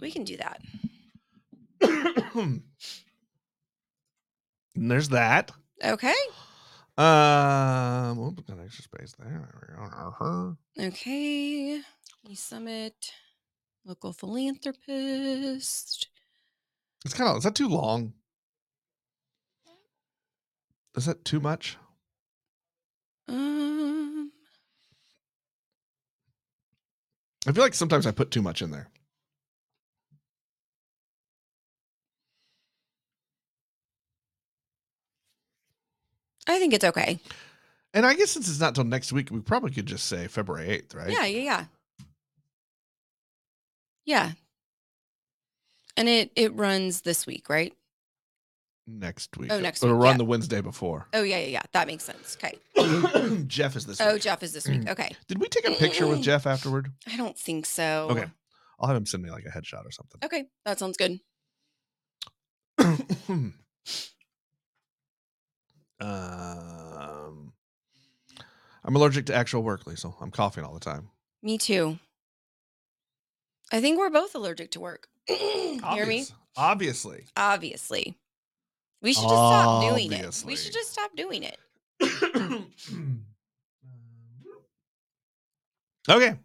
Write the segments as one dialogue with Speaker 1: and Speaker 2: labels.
Speaker 1: We can do that.
Speaker 2: And There's that.
Speaker 1: Okay.
Speaker 2: Um, oh, but got extra space there.
Speaker 1: Okay. Lee Summit, local philanthropist.
Speaker 2: It's kind of is that too long? Is that too much?
Speaker 1: Um,
Speaker 2: I feel like sometimes I put too much in there.
Speaker 1: I think it's okay.
Speaker 2: And I guess since it's not till next week, we probably could just say February eighth, right?
Speaker 1: Yeah, yeah, yeah. Yeah. And it it runs this week, right?
Speaker 2: Next week.
Speaker 1: Oh, next
Speaker 2: It'll
Speaker 1: week,
Speaker 2: run
Speaker 1: yeah.
Speaker 2: the Wednesday before.
Speaker 1: Oh yeah, yeah, yeah. That makes sense. Okay.
Speaker 2: Jeff is this.
Speaker 1: Oh,
Speaker 2: week.
Speaker 1: Jeff is this
Speaker 2: mm.
Speaker 1: week. Okay.
Speaker 2: Did we take a picture with Jeff afterward?
Speaker 1: I don't think so.
Speaker 2: Okay. I'll have him send me like a headshot or something.
Speaker 1: Okay, that sounds good.
Speaker 2: um, I'm Um, allergic to actual work, Lisa. I'm coughing all the time.
Speaker 1: Me too. I think we're both allergic to work. Hear me?
Speaker 2: Obvious- Obviously.
Speaker 1: Obviously. We should just stop doing it. We
Speaker 2: Obviously.
Speaker 1: should just stop doing it.
Speaker 2: okay.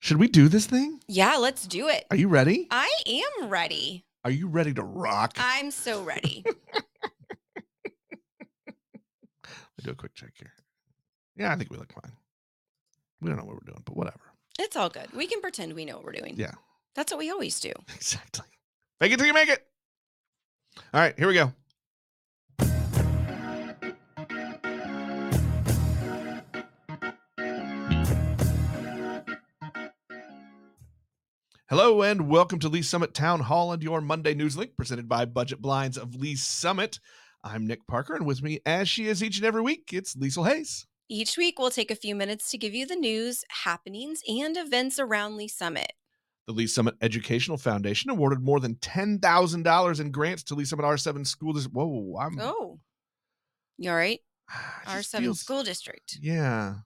Speaker 2: Should we do this thing?
Speaker 1: Yeah, let's do it.
Speaker 2: Are you ready?
Speaker 1: I am ready.
Speaker 2: Are you ready to rock? Let
Speaker 1: I'm so ready.
Speaker 2: me do a quick check here. Yeah, I think we look fine. We don't know what we're doing, but whatever.
Speaker 1: it's all good. We can pretend we know what we're doing.
Speaker 2: Yeah.
Speaker 1: That's what we always do.
Speaker 2: Exactly. Fake it till you make it. All right, here we go. Hello and welcome to Lee Summit Town Hall and your Monday news link presented by Budget Blinds of Lee Summit. I'm Nick Parker, and with me, as she is each and every week, it's Liesl Hayes.
Speaker 1: Each week, we'll take a few minutes to give you the news, happenings, and events around Lee Summit.
Speaker 2: The Lee Summit Educational Foundation awarded more than ten thousand dollars in grants to Lee Summit R7 school district. Whoa, I'm
Speaker 1: Oh. You all right?
Speaker 2: Ah, it
Speaker 1: Our
Speaker 2: Mm. just
Speaker 1: seven
Speaker 2: feels-
Speaker 1: school district.
Speaker 2: Yeah.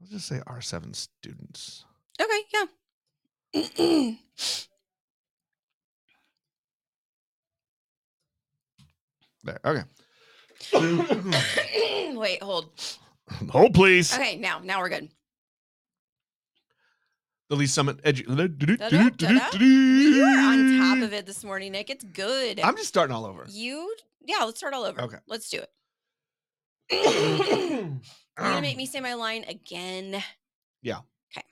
Speaker 2: Let's just say R7 students.
Speaker 1: Okay, yeah.
Speaker 2: There. Okay.
Speaker 1: Wait, hold.
Speaker 2: Hold, please.
Speaker 1: Okay, now, now we're good.
Speaker 2: The Lee Summit Edu.
Speaker 1: Da-da, da-da. You are on top of it this morning, Nick. It's good.
Speaker 2: Mm. I'm just starting all over.
Speaker 1: you, yeah. Let's start all over.
Speaker 2: Okay.
Speaker 1: let's do it. You're gonna make
Speaker 2: I'm
Speaker 1: me say my line again.
Speaker 2: Um Yeah.
Speaker 1: Okay,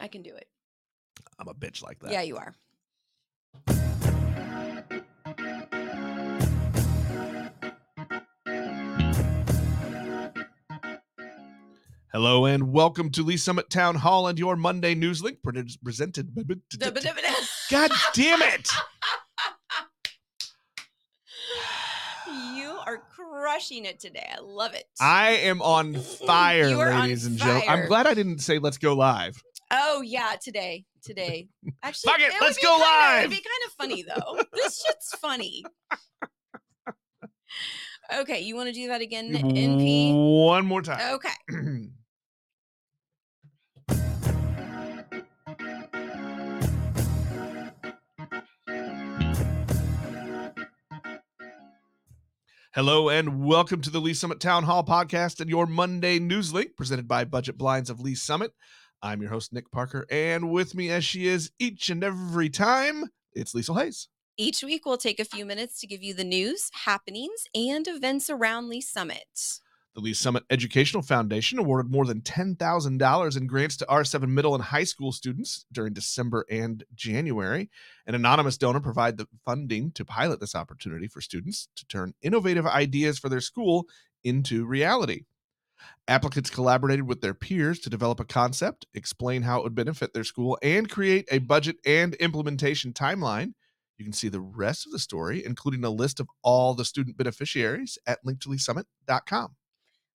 Speaker 1: I can do it.
Speaker 2: a bitch like that.
Speaker 1: Yeah, you are.
Speaker 2: Hello and welcome to Lee Summit Town Hall and your Monday news link pre- presented. God damn it!
Speaker 1: you are crushing it today. I love it.
Speaker 2: I am on fire,
Speaker 1: You are on
Speaker 2: ladies and gentlemen. I'm
Speaker 1: fire.
Speaker 2: glad I didn't say let's go live.
Speaker 1: oh yeah, today, today. Actually,
Speaker 2: Fuck it,
Speaker 1: would
Speaker 2: let's
Speaker 1: be
Speaker 2: go
Speaker 1: kinda-
Speaker 2: live.
Speaker 1: It'd be kind of funny though. this shit's funny. Okay, you want to do that again, NP?
Speaker 2: One more time.
Speaker 1: Okay.
Speaker 2: Hello and welcome to the Lee Summit Town Hall podcast and your Monday news link presented by Budget Blinds of Lee Summit. I'm your host, Nick Parker, and with me, as she is each and every time, it's Liesl Hayes.
Speaker 1: Each week, we'll take a few minutes to give you the news, happenings, and events around Lee Summit.
Speaker 2: The Lee Summit Educational Foundation awarded more than $10,000 in grants to R7 middle and high school students during December and January. An anonymous donor provided the funding to pilot this opportunity for students to turn innovative ideas for their school into reality. Applicants collaborated with their peers to develop a concept, explain how it would benefit their school, and create a budget and implementation timeline. You can see the rest of the story, including a list of all the student beneficiaries at linktoleesummit.com.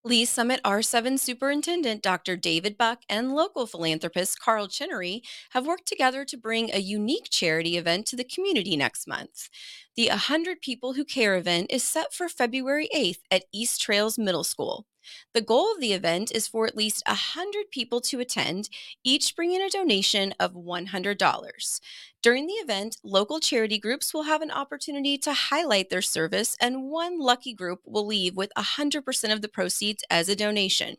Speaker 1: Lee Summit R7 Superintendent Dr. David Buck and local philanthropist Carl Chinnery have worked together to bring a unique charity event to the community next month. The 100 People Who Care event is set for February 8th at East Trails Middle School. The goal of the event is for at least 100 people to attend, each bringing a donation of $100. During the event, local charity groups will have an opportunity to highlight their service, and one lucky group will leave with 100% of the proceeds as a donation.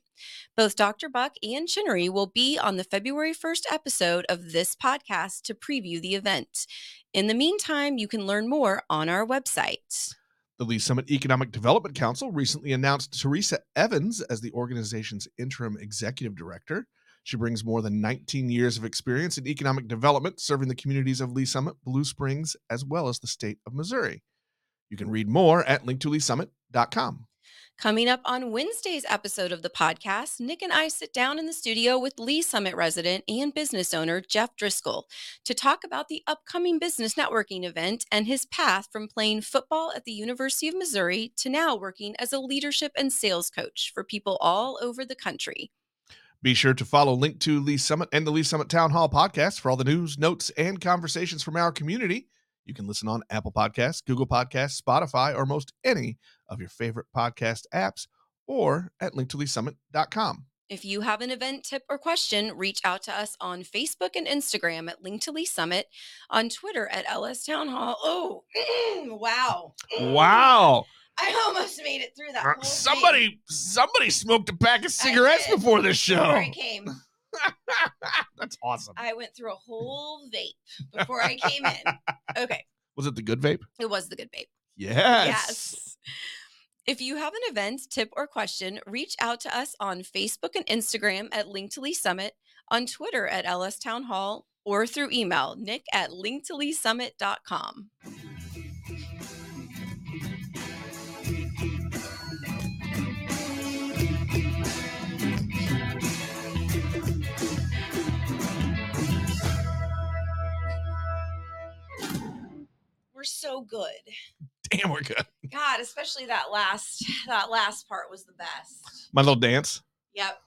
Speaker 1: Both Dr. Buck and Chinnery will be on the February 1st episode of this podcast to preview the event. In the meantime, you can learn more on our website.
Speaker 2: The Lee Summit Economic Development Council recently announced Teresa Evans as the organization's interim executive director. She brings more than 19 years of experience in economic development, serving the communities of Lee Summit, Blue Springs, as well as the state of Missouri. You can read more at linktoleesummit.com.
Speaker 1: Coming up on Wednesday's episode of the podcast, Nick and I sit down in the studio with Lee Summit resident and business owner Jeff Driscoll to talk about the upcoming business networking event and his path from playing football at the University of Missouri to now working as a leadership and sales coach for people all over the country.
Speaker 2: Be sure to follow Link to Lee Summit and the Lee Summit Town Hall podcast for all the news, notes, and conversations from our community. You can listen on Apple Podcasts, Google Podcasts, Spotify, or most any of your favorite podcast apps or at linktoleesummit.com.
Speaker 1: If you have an event tip or question, reach out to us on Facebook and Instagram at Link to Lee Summit, on Twitter at LS Town Hall. Oh, wow.
Speaker 2: Wow.
Speaker 1: I almost made it through that.
Speaker 2: Uh,
Speaker 1: whole thing.
Speaker 2: Somebody somebody smoked a pack of
Speaker 1: I
Speaker 2: cigarettes
Speaker 1: did.
Speaker 2: before this
Speaker 1: Before
Speaker 2: show.
Speaker 1: I came,
Speaker 2: That's awesome.
Speaker 1: I went through a whole vape before I came in. Okay.
Speaker 2: Was it the good vape?
Speaker 1: It was the good vape.
Speaker 2: Yes.
Speaker 1: Yes. If you have an event, tip, or question, reach out to us on Facebook and Instagram at Link to Lee Summit, on Twitter at LS Town Hall, or through email, nick at linktoleesummit.com. We're so good.
Speaker 2: Damn, we're good.
Speaker 1: God, especially that last that last part was the best.
Speaker 2: My little dance.
Speaker 1: Yep.